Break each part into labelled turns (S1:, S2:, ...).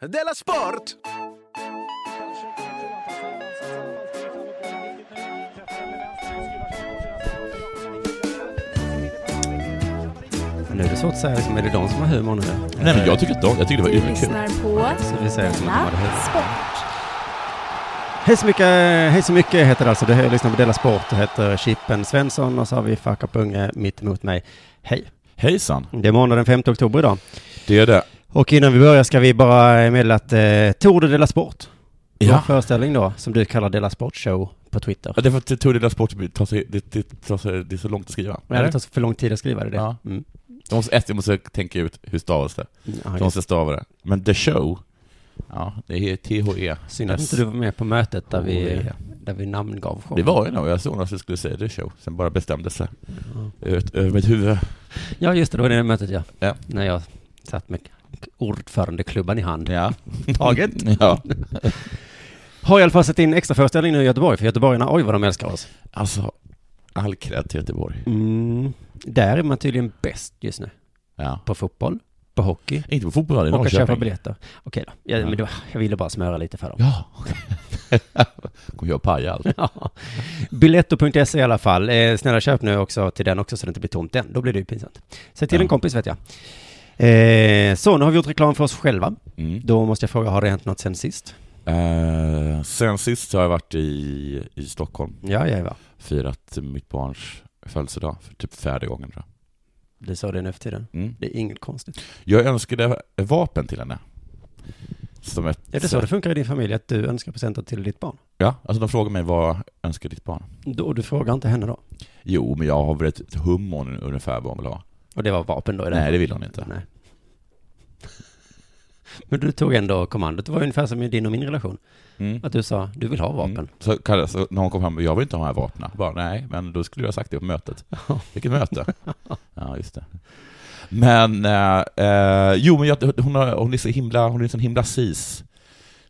S1: Della Sport!
S2: Men nu är det svårt att säga, liksom, är det de som har humor nu? Nej,
S3: Nej, men jag tycker, de, jag tycker det var
S4: Du
S3: urkul.
S4: lyssnar på
S2: Så vi säger att de
S4: Della
S2: hade humor.
S4: Sport.
S2: Hej så mycket, hej så mycket heter det alltså. Du lyssnar på Della Sport. Det heter Chippen Svensson och så har vi Fuck Up Unge mitt emot mig. Hej.
S3: Hejsan.
S2: Det är måndag den 5 oktober idag.
S3: Det är det.
S2: Och innan vi börjar ska vi bara meddela att eh, Tour de Della Sport, vår
S3: Ja.
S2: föreställning då, som du kallar Della Sport Show på Twitter.
S3: Ja, det är för att Tour de la Sport, det tar sig- det, det, tar sig- det är så långt att skriva.
S2: Men det tar så för lång tid att skriva det. det.
S3: Ja.
S2: Mm.
S3: De måste, ett, jag måste tänka ut hur stavas det.
S2: Ja,
S3: De måste stava det. Men The Show, ja, det är E. THE.
S2: Synd att inte du var med på mötet där vi,
S3: Ore.
S2: där vi namngav showen.
S3: Oh, Det var ju nog, jag såg någon som skulle säga The Show, sen bara bestämde sig. Ut, över mitt huvud.
S2: Ja, just det, det var det mötet ja.
S3: Ja.
S2: När jag satt med ordförandeklubban i hand.
S3: Ja.
S2: Taget.
S3: ja.
S2: Har i alla fall sett in extra föreställning nu i Göteborg, för göteborgarna, oj vad de älskar oss.
S3: Alltså, all cred till Göteborg.
S2: Mm. Där är man tydligen bäst just nu.
S3: Ja.
S2: På fotboll, på hockey
S3: Inte på fotboll, i
S2: och att köpa
S3: Norrköping.
S2: biljetter. Okej då. Ja, men det var, jag ville bara smöra lite för dem.
S3: Ja, okej. Kommer jag paja allt.
S2: Ja. Biletto.se i alla fall. Eh, snälla köp nu också till den också så det inte blir tomt den. Då blir det ju pinsamt. Säg till
S3: Ja.
S2: en kompis vet jag. Eh, så, nu har vi gjort reklam för oss själva.
S3: Mm.
S2: Då måste jag fråga, har det hänt något sen sist?
S3: Eh, sen sist har jag varit i, i Stockholm,
S2: Ja, ja, ja.
S3: firat mitt barns födelsedag för typ fjärde gången tror
S2: Du sa det nu för tiden.
S3: jag. Mm.
S2: Det är inget konstigt.
S3: Jag önskade vapen till henne. Som ett,
S2: Är det så det funkar i din familj, att du önskar presenter till ditt barn?
S3: Ja, alltså de frågar mig vad önskar ditt barn?
S2: Då, du frågar inte henne då?
S3: Jo, men jag har väl ett ett hum om ungefär vad hon vill ha.
S2: Och det var vapen då? i det
S3: Nej,
S2: här
S3: det vill hon inte.
S2: fallet. Nej. Men du tog ändå kommandot. Det var ungefär som i din och min relation.
S3: Mm.
S2: Att du sa, du vill ha vapen.
S3: Mm. Så, Kalle, så när hon kom fram, jag vill inte ha de här vapnen. Bara, nej, men då skulle jag ha sagt det på mötet. Vilket möte? Ja, just det. Men, eh, eh, jo men jag, hon, har, hon är så himla, hon är en sån himla sis,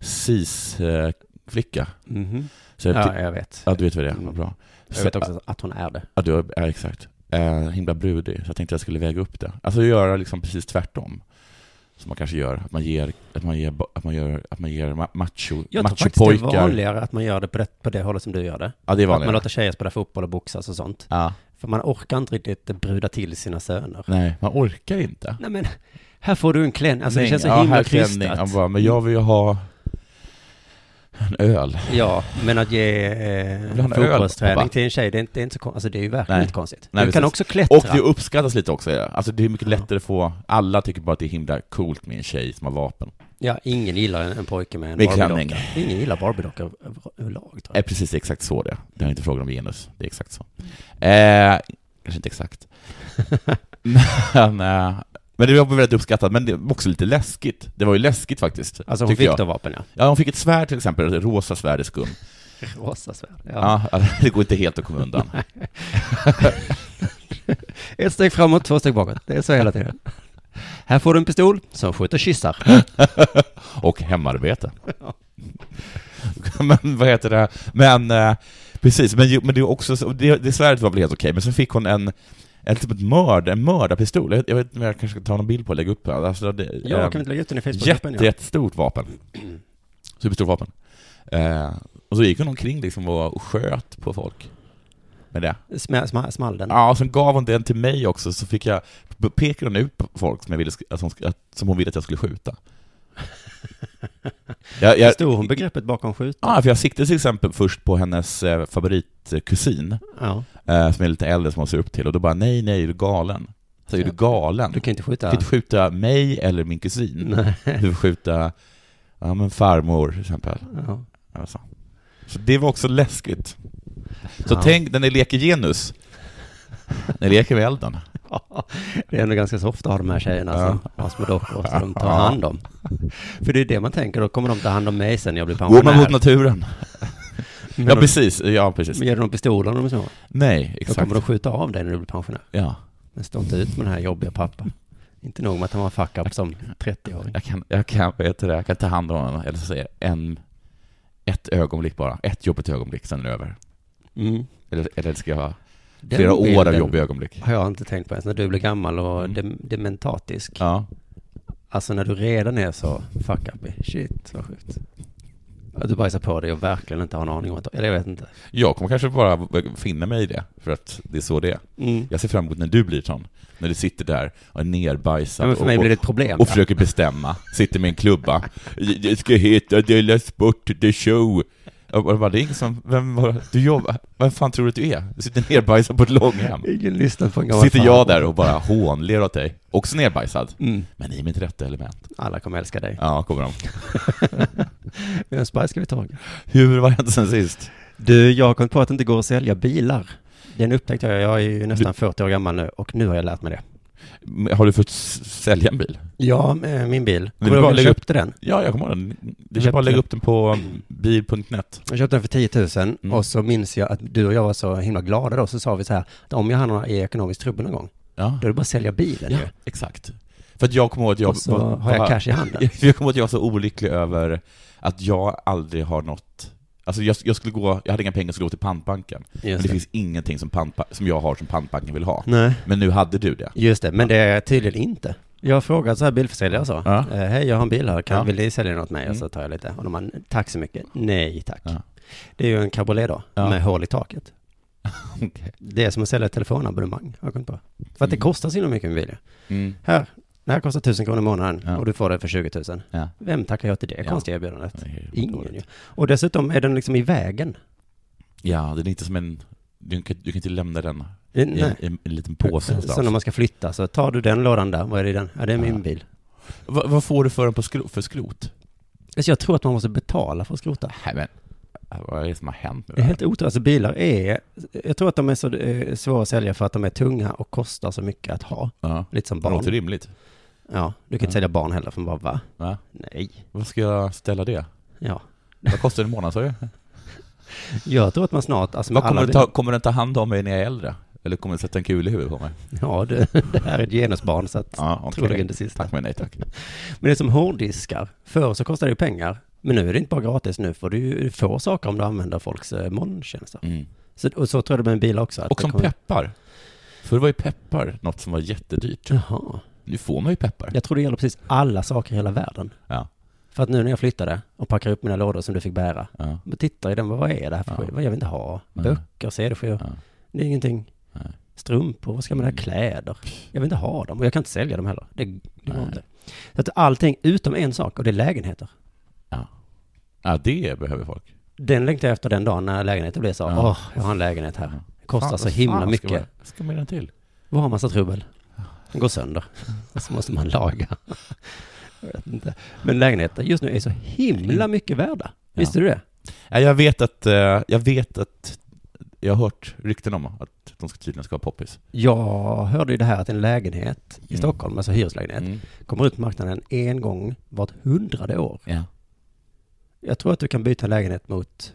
S3: sis eh, flicka.
S2: Mhm.
S3: Så jag,
S2: Ja,
S3: ja,
S2: jag vet.
S3: ja, du vet vad det är, vad bra.
S2: Jag vet också att hon är det.
S3: Ja, du, har- ja exakt. Eh, himla brudig, så jag tänkte jag skulle väga upp det. Alltså göra liksom precis tvärtom. Som man kanske gör, att man ger, att man ger, att man gör, att man ger ma- macho,
S2: Jag tror faktiskt det är
S3: machopojkar.
S2: vanligare att man gör det på det, på det hållet som du gör det.
S3: Ja, det är
S2: Att man
S3: vanligare.
S2: låter tjejer spela fotboll och boxas och sånt.
S3: Ja.
S2: För man orkar inte riktigt bruda till sina söner.
S3: Nej, man orkar inte.
S2: Nej men, här får du en klänning. Alltså det
S3: Nej,
S2: känns så
S3: ja,
S2: himla
S3: här klänning.
S2: krystat.
S3: Han bara, men jag vill ju ha en öl.
S2: Ja, men att ge
S3: vill ha
S2: eh,
S3: en öl,
S2: fotbollsträning
S3: pappa.
S2: till en tjej, det är inte, det är inte så konstigt. Alltså det är ju verkligen
S3: Nej.
S2: inte konstigt.
S3: Nej,
S2: du kan
S3: precis.
S2: också klättra.
S3: Och det uppskattas lite också. ja. Alltså det är mycket lättare att få, alla tycker bara att det är himla coolt med en tjej som har vapen.
S2: Ja, ingen gillar en, en pojke med en
S3: Med
S2: Barbie-docka.
S3: klänning.
S2: Ingen gillar Barbie-dockor över- överlag tror
S3: Eh,
S2: jag.
S3: precis, det är exakt så det är. Det är inte frågan om genus, det är exakt så. Eh, kanske inte exakt. men, eh, men det var väldigt uppskattat, men det var också lite läskigt. Det var ju läskigt faktiskt,
S2: Alltså hon
S3: tycker
S2: fick
S3: jag.
S2: då vapen ja.
S3: Ja, hon fick ett svärd till exempel, ett rosa svärd i skum.
S2: Rosa svärd. Ja.
S3: Ja. alltså, det går inte helt att komma undan.
S2: Ett steg framåt, två steg bakåt. Det är så hela tiden. Här får du en pistol som skjuter kyssar.
S3: och hemarbete. men vad heter det? Men eh, precis, men, ju- men det är också, så- det, det svärdet var väl helt okej, men sen fick hon en en typ ett mörd, en mördarpistol. Jag, jag vet inte om jag kanske ska ta någon bild på och lägga upp den. Alltså, det,
S2: Ja,
S3: eh,
S2: kan vi inte lägga ut den i
S3: jätte,
S2: Facebookgruppen? ja?
S3: jättestort vapen. Superstort vapen. Eh, och så gick hon omkring liksom och och sköt på folk. Med det.
S2: Smä- sma- Small den.
S3: Ja, och sen gav hon den till mig också, så fick jag, p- pekade hon ut på folk som, jag ville, sk- att hon, sk- att, som hon ville att jag skulle skjuta. jag, jag,
S2: Förstod hon begreppet bakom skjut?
S3: ja, för jag siktade till exempel först på hennes eh, favoritkusin,
S2: Ja.
S3: eh, som är lite äldre, som hon ser upp till, och då bara nej, nej, är du galen? Så är du galen?
S2: Du kan inte
S3: Du
S2: skjuta.
S3: kan inte skjuta mig eller min kusin.
S2: Nej.
S3: Du får skjuta, ja men farmor till exempel.
S2: Ja.
S3: Eller så. så det var också läskigt. Så
S2: Ja.
S3: tänk när ni leker genus, ni leker med elden.
S2: Ja, det är ändå ganska så ofta har de här tjejerna som har små dockor som de tar hand om. För det är det man tänker, då kommer de ta hand om mig sen när jag blir
S3: Går man
S2: pensionär.
S3: mot naturen?
S2: Men
S3: Ja,
S2: de-
S3: precis. Ja, precis.
S2: Men ger du dem pistoler när de är små,
S3: Nej,
S2: då
S3: exakt.
S2: kommer de skjuta av dig när du blir pensionär.
S3: Ja.
S2: Men stå inte ut med den här jobbiga pappa. Inte nog med att han var fuck up som 30-åring.
S3: Jag kan, jag kan, vad heter det, jag kan ta hand om honom, eller så säger jag, en, ett ögonblick bara. Ett jobbigt ögonblick, sen är det över.
S2: Mm.
S3: Eller, eller ska jag ha
S2: Den
S3: flera år Mm. av
S2: bilden
S3: jobbiga ögonblick?
S2: har jag inte tänkt på ens när du blir gammal och
S3: Mm.
S2: dem- dementatisk.
S3: Ja.
S2: Alltså när du redan är så fuck up Shit, vad sjukt. Att du bajsar på dig och verkligen inte har en aning om att... Eller jag vet inte.
S3: Jag kommer kanske bara finna mig i det, för att det är så det är.
S2: Mm.
S3: Jag ser fram emot när du blir sån. När du sitter där och är nerbajsad
S2: Ja, men för
S3: och,
S2: mig blir det
S3: och,
S2: ett problem.
S3: och försöker bestämma. Sitter med en klubba. Det ska heta Della Sport The Show. Och jag bara, det är ingen som, vem, var- du jobbar, vem fan tror du att du är? Du sitter nerbajsad på ett långhem.
S2: Ingen lyssnar på en gammal
S3: Sitter
S2: fan.
S3: jag där och bara hånler åt dig. Också nerbajsad.
S2: Mm.
S3: Men i mitt rätta element.
S2: Alla kommer älska dig.
S3: Ja, kommer de.
S2: Vems bajs ska vi ta?
S3: Hur var det sen sist?
S2: Du, jag har kommit på att det inte går att sälja bilar. Den upptäckte jag. Jag är ju nästan 40 år gammal nu och nu har jag lärt mig det.
S3: Mm, Har du fått s- sälja en bil?
S2: Ja, med min bil.
S3: Men
S2: Kommer
S3: det
S2: du ihåg
S3: var
S2: när jag
S3: lägga upp-
S2: köpte den?
S3: Ja, jag kommer ihåg den. Du
S2: köpte
S3: kan bara lägga
S2: den.
S3: upp den på bil.net.
S2: Jag köpte den för 10 000
S3: Mm.
S2: och så minns jag att du och jag var så himla glada då, så sa vi så här, att om jag hamnar i ekonomisk trubbel någon gång,
S3: Ja.
S2: då är det bara att sälja bilen
S3: Ja,
S2: ju.
S3: exakt. För att jag kommer ihåg att jag...
S2: Och så har jag cash i handen.
S3: Jag kommer ihåg att jag var så olycklig över att jag aldrig har något... Alltså jag, jag skulle gå, jag hade inga pengar och skulle gå till pantbanken. Men
S2: Just
S3: det
S2: det.
S3: finns ingenting som, pantba, som jag har som pantbanken vill ha.
S2: Nej,
S3: Men nu hade du det.
S2: just det, men det är jag tydligen inte. Jag har frågat så här bilförsäljare så.
S3: Ja.
S2: Eh, Hej, jag har en bil här, kan,
S3: Ja.
S2: vill ni sälja något med? Och så
S3: Mm.
S2: tar jag lite. Och de bara, tack så mycket. Nej tack.
S3: Ja.
S2: Det är ju en cabriolet då,
S3: Ja.
S2: med hål i taket.
S3: Okej.
S2: Det är som att sälja ett telefonabonnemang, har jag kommit på. För att det
S3: Mm.
S2: kostar så himla mycket med bil ju.
S3: Mm.
S2: Här, det här kostar 1000 kronor i månaden
S3: Ja.
S2: och du får det för 20 000.
S3: Ja.
S2: Vem tackar jag till det
S3: Ja.
S2: konstiga erbjudandet?
S3: Det är ju
S2: Ingen ju.
S3: dåligt.
S2: Och dessutom är den liksom i vägen.
S3: Ja, det är inte som en... Du kan, du kan inte lämna den
S2: Det- eh,
S3: i en, i en, liten påse
S2: Så
S3: någonstans.
S2: när man ska flytta så tar du den lådan där, vad är det i den? Ja, det är min
S3: Ja.
S2: bil.
S3: Vad- vad får du för den på skro, för skrot?
S2: Alltså jag tror att man måste betala för att skrota.
S3: Nej, men, Äh, vad är det som har hänt nu?
S2: Det är helt otroligt. Alltså bilar är, jag tror att de är så eh, svåra att sälja för att de är tunga och kostar så mycket att ha.
S3: Ja.
S2: Lite som
S3: Det låter
S2: barn.
S3: rimligt.
S2: Ja, du kan inte
S3: Ja.
S2: sälja barn heller för man bara va?
S3: Va?
S2: Nej.
S3: Vad ska jag ställa det?
S2: Ja.
S3: Vad kostar en månad, sa du?
S2: Jag tror att man snart, alltså med
S3: Vad kommer,
S2: alla
S3: den ta, kommer den ta hand om mig när jag är äldre? Eller kommer den sätta en kul i huvudet på mig?
S2: bil- Ja, det, det här är ett genusbarn så att
S3: Ja, okej.
S2: troligen det sista.
S3: Tack men nej
S2: Mm.
S3: tack.
S2: Men det är som hårddiskar. Förr så kostade det ju pengar. Men nu är det inte bara gratis, nu får du ju få saker om du använder folks eh, molntjänster.
S3: Mm.
S2: Så, och så tror jag det med en bil också. att
S3: Och
S2: det
S3: som peppar. Förr var ju peppar något som var jättedyrt.
S2: Jaha.
S3: Nu får man ju peppar.
S2: Jag tror det gäller precis alla saker i hela världen.
S3: Ja.
S2: För att nu när jag flyttade och packar upp mina lådor som du fick bära,
S3: Ja.
S2: då tittar jag i den, vad är det här för
S3: Ja.
S2: skit? Vad jag vill inte ha?
S3: Nej.
S2: Böcker, CD-skivor,
S3: Ja.
S2: det är ingenting.
S3: Nej.
S2: Strumpor, vad ska man ha?
S3: Mm.
S2: Kläder? Jag vill inte ha dem och jag kan inte sälja dem heller. Det, det går
S3: Nej.
S2: inte. Så att allting utom en sak och det är lägenheter.
S3: ja, det behöver folk.
S2: Den längtar jag efter den dagen när lägenheten blir så, åh,
S3: Ja.
S2: jag har en lägenhet här.
S3: Ja.
S2: Det kostar
S3: Fan,
S2: så
S3: vad
S2: himla
S3: fan
S2: mycket.
S3: Ska man, ska man göra den till?
S2: Vi har massa trubbel. Den går sönder. Så måste man laga. Jag vet inte. Men lägenheter just nu är så himla mycket värda. Visste du det?
S3: Ja, jag, vet att, eh, jag vet att jag har hört rykten om att de ska tydligen ska vara poppis.
S2: Jag hörde ju det här att en lägenhet i
S3: Mm.
S2: Stockholm, alltså hyreslägenhet,
S3: Mm.
S2: kommer ut på marknaden en gång vart hundrade år.
S3: Ja.
S2: Jag tror att du kan byta lägenhet mot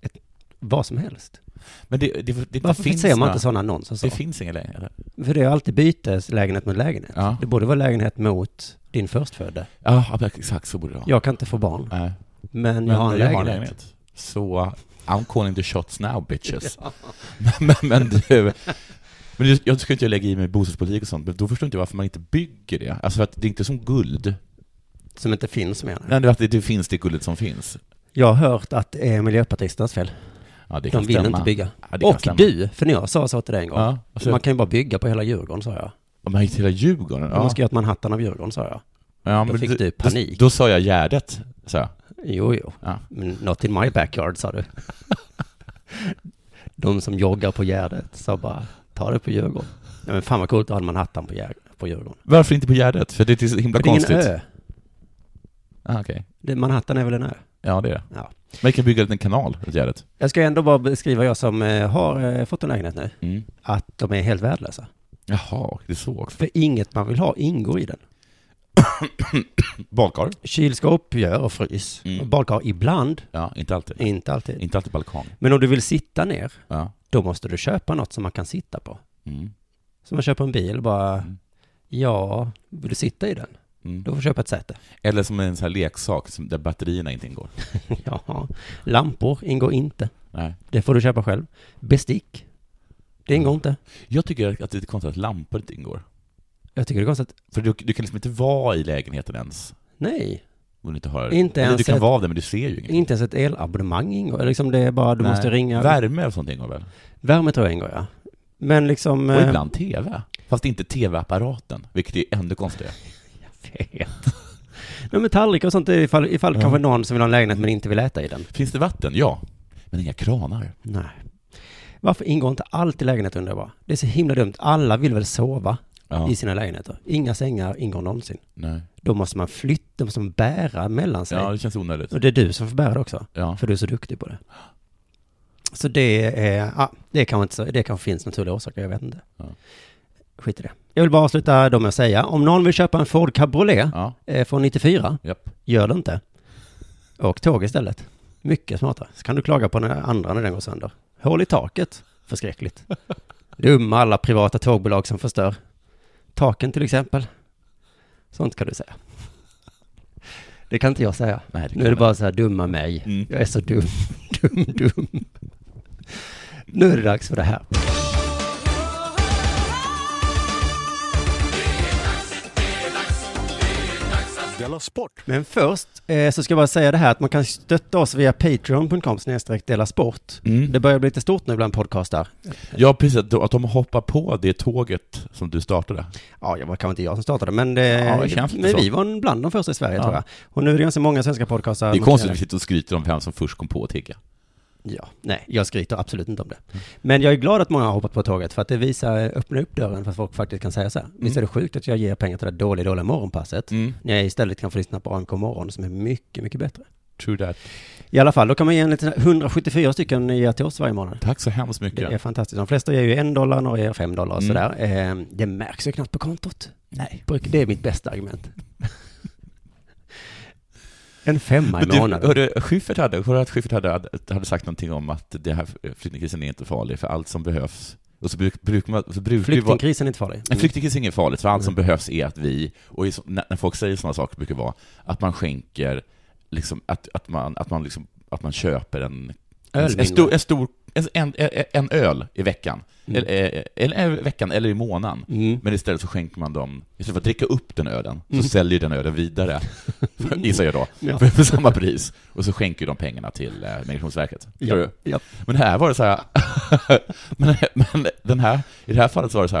S2: ett, vad som helst.
S3: Men det, det, det, det
S2: Varför
S3: finns
S2: ser man
S3: några-
S2: inte sådana annonser? Så?
S3: Det finns inga längre.
S2: För det är alltid byteslägenhet mot lägenhet.
S3: Ja.
S2: Det borde vara lägenhet mot din förstfödde.
S3: ja, exakt så borde det vara.
S2: Jag kan inte få barn,
S3: Nej.
S2: men jag har en lägenhet.
S3: Så I'm calling the shots now bitches. men, men du, men du- jag ska inte lägga i mig bostadspolitik och sånt, men då förstår inte jag varför man inte bygger det. Alltså för att det är inte som guld.
S2: Som inte finns menar jag.
S3: Nej, det är att det, det finns det guldet som finns.
S2: Jag har hört att det är miljöpartisternas fel.
S3: Ja, det kan
S2: De vill
S3: stämma.
S2: inte bygga.
S3: Ja, det kan
S2: Och
S3: stämma.
S2: du, för när jag sa så till dig en gång.
S3: Ja, alltså,
S2: Man kan ju bara bygga på hela Djurgården, sa jag.
S3: om man gick till hela Djurgården.
S2: Om
S3: Ja,
S2: Man ska göra ett Manhattan av Djurgården, sa jag.
S3: ja,
S2: Då fick
S3: det-
S2: du panik.
S3: Då, då sa jag Gärdet, sa jag.
S2: Jo, jo.
S3: Ja.
S2: Men not in my backyard, sa du. De som joggar på Gärdet sa bara, ta det på Djurgården. Ja, men fan vad coolt att ha en Manhattan på, Gär- på Djurgården.
S3: Varför inte på Gärdet? För det är så himla
S2: För det är
S3: konstigt.
S2: ingen ö.
S3: Ah, okej.
S2: Det, Manhattan är väl en ö?
S3: Ja, det är det.
S2: Ja.
S3: Man kan bygga en liten kanal runt Gärdet.
S2: Jag ska ändå bara beskriva, jag som eh, har eh, fått en lägenhet nu,
S3: Mm.
S2: att de är helt värdelösa.
S3: Jaha, det är så också.
S2: För inget man vill ha ingår i den.
S3: Badkar?
S2: Kylskåp gör och frys.
S3: Mm.
S2: Och Badkar ibland,
S3: Ja, inte alltid.
S2: inte alltid.
S3: Inte alltid balkong.
S2: Men om du vill sitta ner,
S3: Ja.
S2: då måste du köpa något som man kan sitta på.
S3: Mm.
S2: Så man köper en bil och bara,
S3: Mm.
S2: ja, vill du sitta i den?
S3: Mm.
S2: Då får du köpa ett säte.
S3: Eller som en sån här leksak som, där batterierna inte ingår.
S2: ja, lampor ingår inte.
S3: Nej.
S2: Det får du köpa själv. Bestick, det ingår inte.
S3: Mm. Jag tycker att det är konstigt att lampor inte ingår.
S2: Jag tycker det är konstigt att,
S3: För du, du kan liksom inte vara i lägenheten ens.
S2: nej,
S3: Om du inte har...
S2: Inte
S3: eller
S2: ens
S3: du kan
S2: ett-
S3: vara där, men du ser ju ingenting.
S2: inte ens ett elabonnemang ingår. Liksom det är bara, du
S3: Nej.
S2: måste ringa.
S3: Värme och sånt ingår väl?
S2: Värme tror jag ingår, ja. Men liksom...
S3: Och
S2: eh,
S3: ibland TV. Fast inte TV-apparaten, vilket är ännu konstigare.
S2: Fet. Nej men tallrikar och sånt är ifall, ifall
S3: Ja.
S2: kanske någon som vill ha en lägenhet men inte vill äta i den.
S3: Finns det vatten? Ja. Men inga kranar.
S2: Nej. Varför ingår inte allt i lägenhet undrar jag bara. Det är så himla dumt. Alla vill väl sova
S3: Ja.
S2: i sina lägenheter. Inga sängar ingår någonsin.
S3: Nej.
S2: Då måste man flytta, då måste man bära mellan sig.
S3: Ja, det känns onödigt.
S2: Och det är du som får bära det också.
S3: Ja.
S2: För du är så duktig på det. Så det är, ja, det kanske inte så, det kanske finns naturliga orsaker, jag vet inte.
S3: Ja.
S2: Skit i det. Jag vill bara avsluta då med att säga, om någon vill köpa en Ford Cabriolet
S3: Ja,
S2: eh, från 94,
S3: japp.
S2: Gör det inte. Åk tåg istället. Mycket smartare. Så kan du klaga på den andra när den går sönder. Hål i taket. Förskräckligt. Dumma alla privata tågbolag som förstör. Taken till exempel. Sånt kan du säga. Det kan inte jag säga.
S3: Nej, det
S2: Nu är det
S3: kan
S2: bara så här dumma mig.
S3: Mm.
S2: Jag är så dum, dum, dum. Nu är det dags för det här.
S1: Della Sport!
S2: Men först eh, så ska jag bara säga det här att man kan stötta oss via patreon.com snedstreck dela sport.
S3: Mm.
S2: Det börjar bli lite stort nu bland podcastar.
S3: Ja, precis. Att de- att de hoppar på det tåget som du startade.
S2: Ja, det var kanske inte jag som startade, men, det,
S3: Ja, det känns lite
S2: men
S3: så.
S2: vi var bland de första i Sverige
S3: Ja.
S2: tror jag. Och nu är det ganska många svenska podcastar.
S3: Det är
S2: man
S3: konstigt
S2: kan-
S3: att vi sitter och skryter om vem som först kom på att tigga.
S2: Ja, nej, jag skryter absolut inte om det. Men jag är glad att många har hoppat på tåget för att det visar, öppnar upp dörren för att folk faktiskt kan säga så här. Visst är det sjukt att jag ger pengar till det där dåliga, dåliga morgonpasset?
S3: Mm.
S2: När jag istället kan få lyssna på AMK morgon som är mycket, mycket bättre.
S3: True that.
S2: I alla fall, då kan man ge en liten 174 stycken ger till oss varje månad.
S3: Tack så hemskt mycket.
S2: Det är fantastiskt. De flesta ger ju en dollar, några ger fem dollar och
S3: Mm.
S2: sådär. Eh, det märks ju knappt på kontot.
S3: Nej.
S2: Brukar- Det är mitt bästa argument. en femma i
S3: Men du,
S2: månaden.
S3: hörde, Schyffert hade, hörde att Schyffert hade, hade sagt någonting om att det här flyktingkrisen är inte farlig, för allt som behövs... Och så bruk, bruk, man, så brukar det vara-
S2: Flyktingkrisen är inte farlig.
S3: En flyktingkris är inget farligt, för allt som behövs är att vi, och i så- när när folk säger sådana saker brukar det vara att man skänker, liksom, att, att, man, att, man liksom, att man köper en,
S2: Öl
S3: en, stor, en, stor, en, en, en öl i veckan,
S2: Mm.
S3: eller, eh, eller i veckan, eller i månaden.
S2: Mm.
S3: Men istället så skänker man dem, istället för att dricka upp den ölen, så säljer den ölen vidare, gissar jag då,
S2: Ja.
S3: för, för samma pris. Och så skänker de pengarna till eh, Migrationsverket. Förstår
S2: Ja.
S3: du?
S2: Ja.
S3: Men här var det så här, men, men den här, i det här fallet så var det så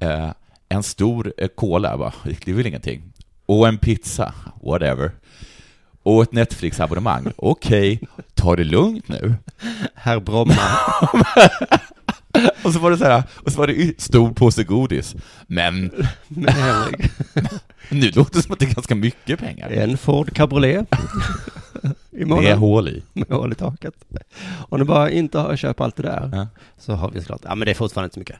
S3: här, eh, en stor eh, cola, jag bara, det är väl ingenting. Och en pizza, whatever. Och ett Netflix-abonnemang, okej, ta det lugnt nu.
S2: Herr Bromma.
S3: Och så var det så här, och så var det y- stor påse godis. Men
S2: Men Henrik,
S3: nu låter det som att det är ganska mycket pengar.
S2: en Ford cabriolet. I
S3: Det är
S2: månaden.
S3: hål i.
S2: Med hål i taket. Om du bara inte har köpt allt det där
S3: Ja.
S2: så har vi såklart. Ja men det är fortfarande inte så mycket.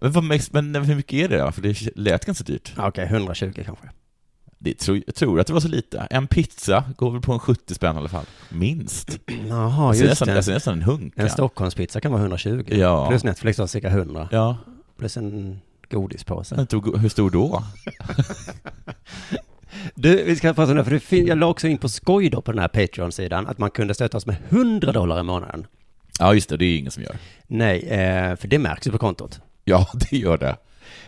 S3: Men, vad, mest- men hur mycket är det då? För det lät ganska dyrt.
S2: Ja, Okej, 120 kanske.
S3: Det tror, jag tror att det var så lite. En pizza går väl på en 70 spänn i alla fall. Minst.
S2: Jaha,
S3: Alltså
S2: just
S3: nästan,
S2: det.
S3: alltså nästan en hunk.
S2: En
S3: ja.
S2: Stockholmspizza kan vara 120.
S3: Ja.
S2: Plus Netflix har cirka 100.
S3: Ja,
S2: Plus en godispåse.
S3: den tog, hur stor då?
S2: Du, vi ska prata om det, här, för det fin- jag la också in på skoj då på den här Patreon-sidan att man kunde stötta oss med 100 dollar i månaden.
S3: Ja, just det, det är ingen som gör.
S2: Nej, eh, för det märks ju på kontot.
S3: Ja, det gör det.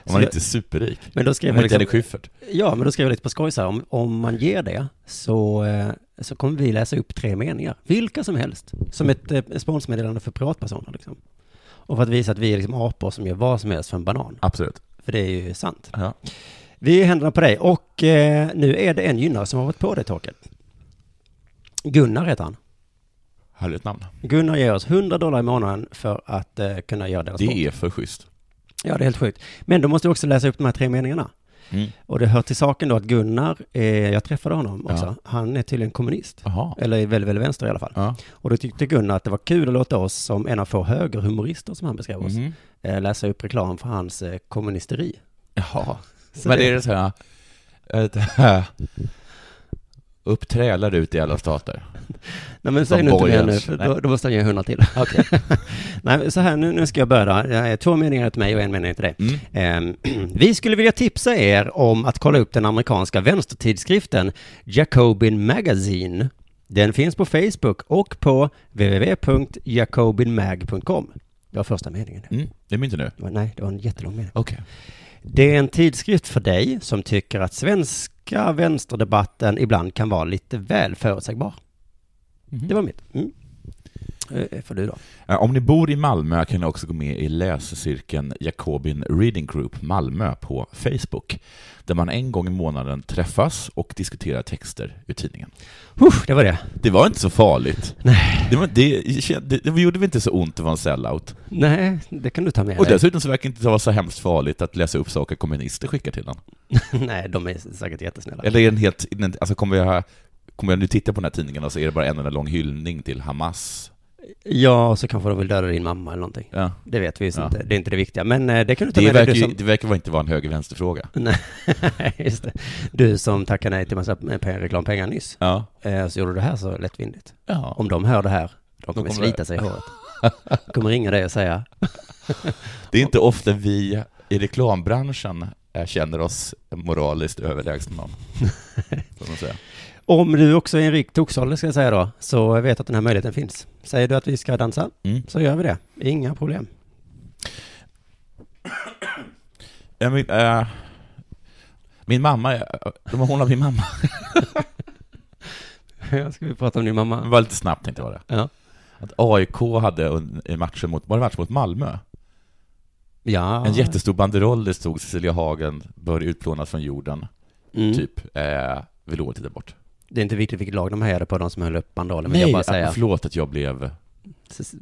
S3: Om man
S2: det-
S3: inte är superrik.
S2: Men då
S3: Om
S2: skrev
S3: man
S2: jag,
S3: inte är
S2: liksom,
S3: Henrik Schyffert.
S2: ja, men då skrev jag lite på skoj så här, om, om man ger det så, eh, så kommer vi läsa upp tre meningar, vilka som helst, som ett eh, sponsmeddelande för privatpersoner liksom. Och för att visa att vi är liksom apor som gör vad som helst för en banan,
S3: Absolut.
S2: för det är ju sant.
S3: Ja.
S2: Vi är i händerna på dig och eh, nu är det en gynnare som har varit på det taket. Gunnar heter han.
S3: Härligt namn.
S2: Gunnar ger oss 100 dollar i månaden för att eh, kunna göra deras sport.
S3: Det är för schysst.
S2: Ja, det är helt sjukt. Men då måste jag också läsa upp de här tre meningarna.
S3: Mm.
S2: Och det hör till saken då att Gunnar, eh, jag träffade honom också, han är tydligen kommunist.
S3: Jaha.
S2: Eller är väldigt, väldigt vänster i alla fall.
S3: Ja.
S2: Och då tyckte Gunnar att det var kul att låta oss, som en av få högerhumorister som han beskrev oss,
S3: Mhm.
S2: eh, läsa upp reklam för hans eh, kommunisteri.
S3: Jaha.
S2: Så
S3: Men
S2: det-
S3: är det så här... Ett, äh, upp trälar ut i alla stater.
S2: Nej men säg
S3: Som
S2: nu inte mer nu,
S3: Borgens.
S2: för
S3: Nej.
S2: då, då måste jag ge 100 till.
S3: Okej.
S2: Nej, men så här, nu, nu ska jag börja. då. Eh, Två meningar till mig och en mening till dig.
S3: Mm.
S2: Ehm, Vi skulle vilja tipsa er om att kolla upp den amerikanska vänstertidskriften Jacobin Magazine. Den finns på Facebook och på www.jacobinmag.com. Det var första meningen.
S3: Mm. Det är min inte nu.
S2: Det var- Nej, det var en jättelång mening.
S3: Okej.
S2: Det är en tidskrift för dig som tycker att svenska vänsterdebatten ibland kan vara lite väl förutsägbar. Det var mitt. Mm. Eh, Får du då.
S3: Eh, Om ni bor i Malmö kan ni också gå med i läsecirkeln Jacobin Reading Group Malmö på Facebook, där man en gång i månaden träffas och diskuterar texter ur tidningen.
S2: Usch, det var det.
S3: Det var inte så farligt. Nej. Det, var, det, det, det gjorde väl inte så ont att vara en sellout.
S2: Nej, det kan du ta med
S3: Och
S2: dig.
S3: dessutom så verkar det inte vara så hemskt farligt att läsa upp saker kommunister skickar till en.
S2: Nej, de är säkert jättesnälla.
S3: Eller är den helt, är den- alltså kommer jag, kommer jag nu titta på den här tidningen och så är det bara en enda lång hyllning till Hamas?
S2: Ja, och så kanske de vill döda din mamma eller någonting.
S3: Ja.
S2: Det vet vi ju
S3: Ja.
S2: inte. Det är inte det viktiga. Men eh, det kan du ta
S3: Det
S2: med dig.
S3: verkar,
S2: Du
S3: ju,
S2: som...
S3: det verkar vara inte vara en höger-vänster-fråga.
S2: Nej, just det. Du som tackar nej till massa pengar, reklampengar nyss.
S3: Ja.
S2: Eh, Så gjorde du det här så lättvindigt.
S3: ja.
S2: Om de hör det här, de kommer
S3: kommer-
S2: slita sig i håret. De kommer ringa dig och säga,
S3: Det är inte ofta vi i reklambranschen eh, känner oss moraliskt överlägsna någon. får man säga.
S2: om du också är en rik toksolle ska jag säga då, så vet att den här möjligheten finns. Säger du att vi ska dansa,
S3: Mm.
S2: så gör vi det. Inga problem.
S3: Ja, min, eh, min mamma, eh, de har hånat min mamma.
S2: Ska vi prata om din
S3: Det
S2: mamma?
S3: var lite snabbt tänkte jag vara det.
S2: Ja.
S3: Att AIK hade en- en match mot, var det match mot Malmö?
S2: Ja. Ah.
S3: En jättestor banderoll där det stod Cecilia Hagen bör utplånas från jorden,
S2: Mm.
S3: typ. Eh, vill året titta bort.
S2: Det är inte viktigt vilket lag de hejade på, de som höll upp bandalen, vill
S3: Nej,
S2: jag bara
S3: att-
S2: säga.
S3: "Ah, förlåt att jag blev,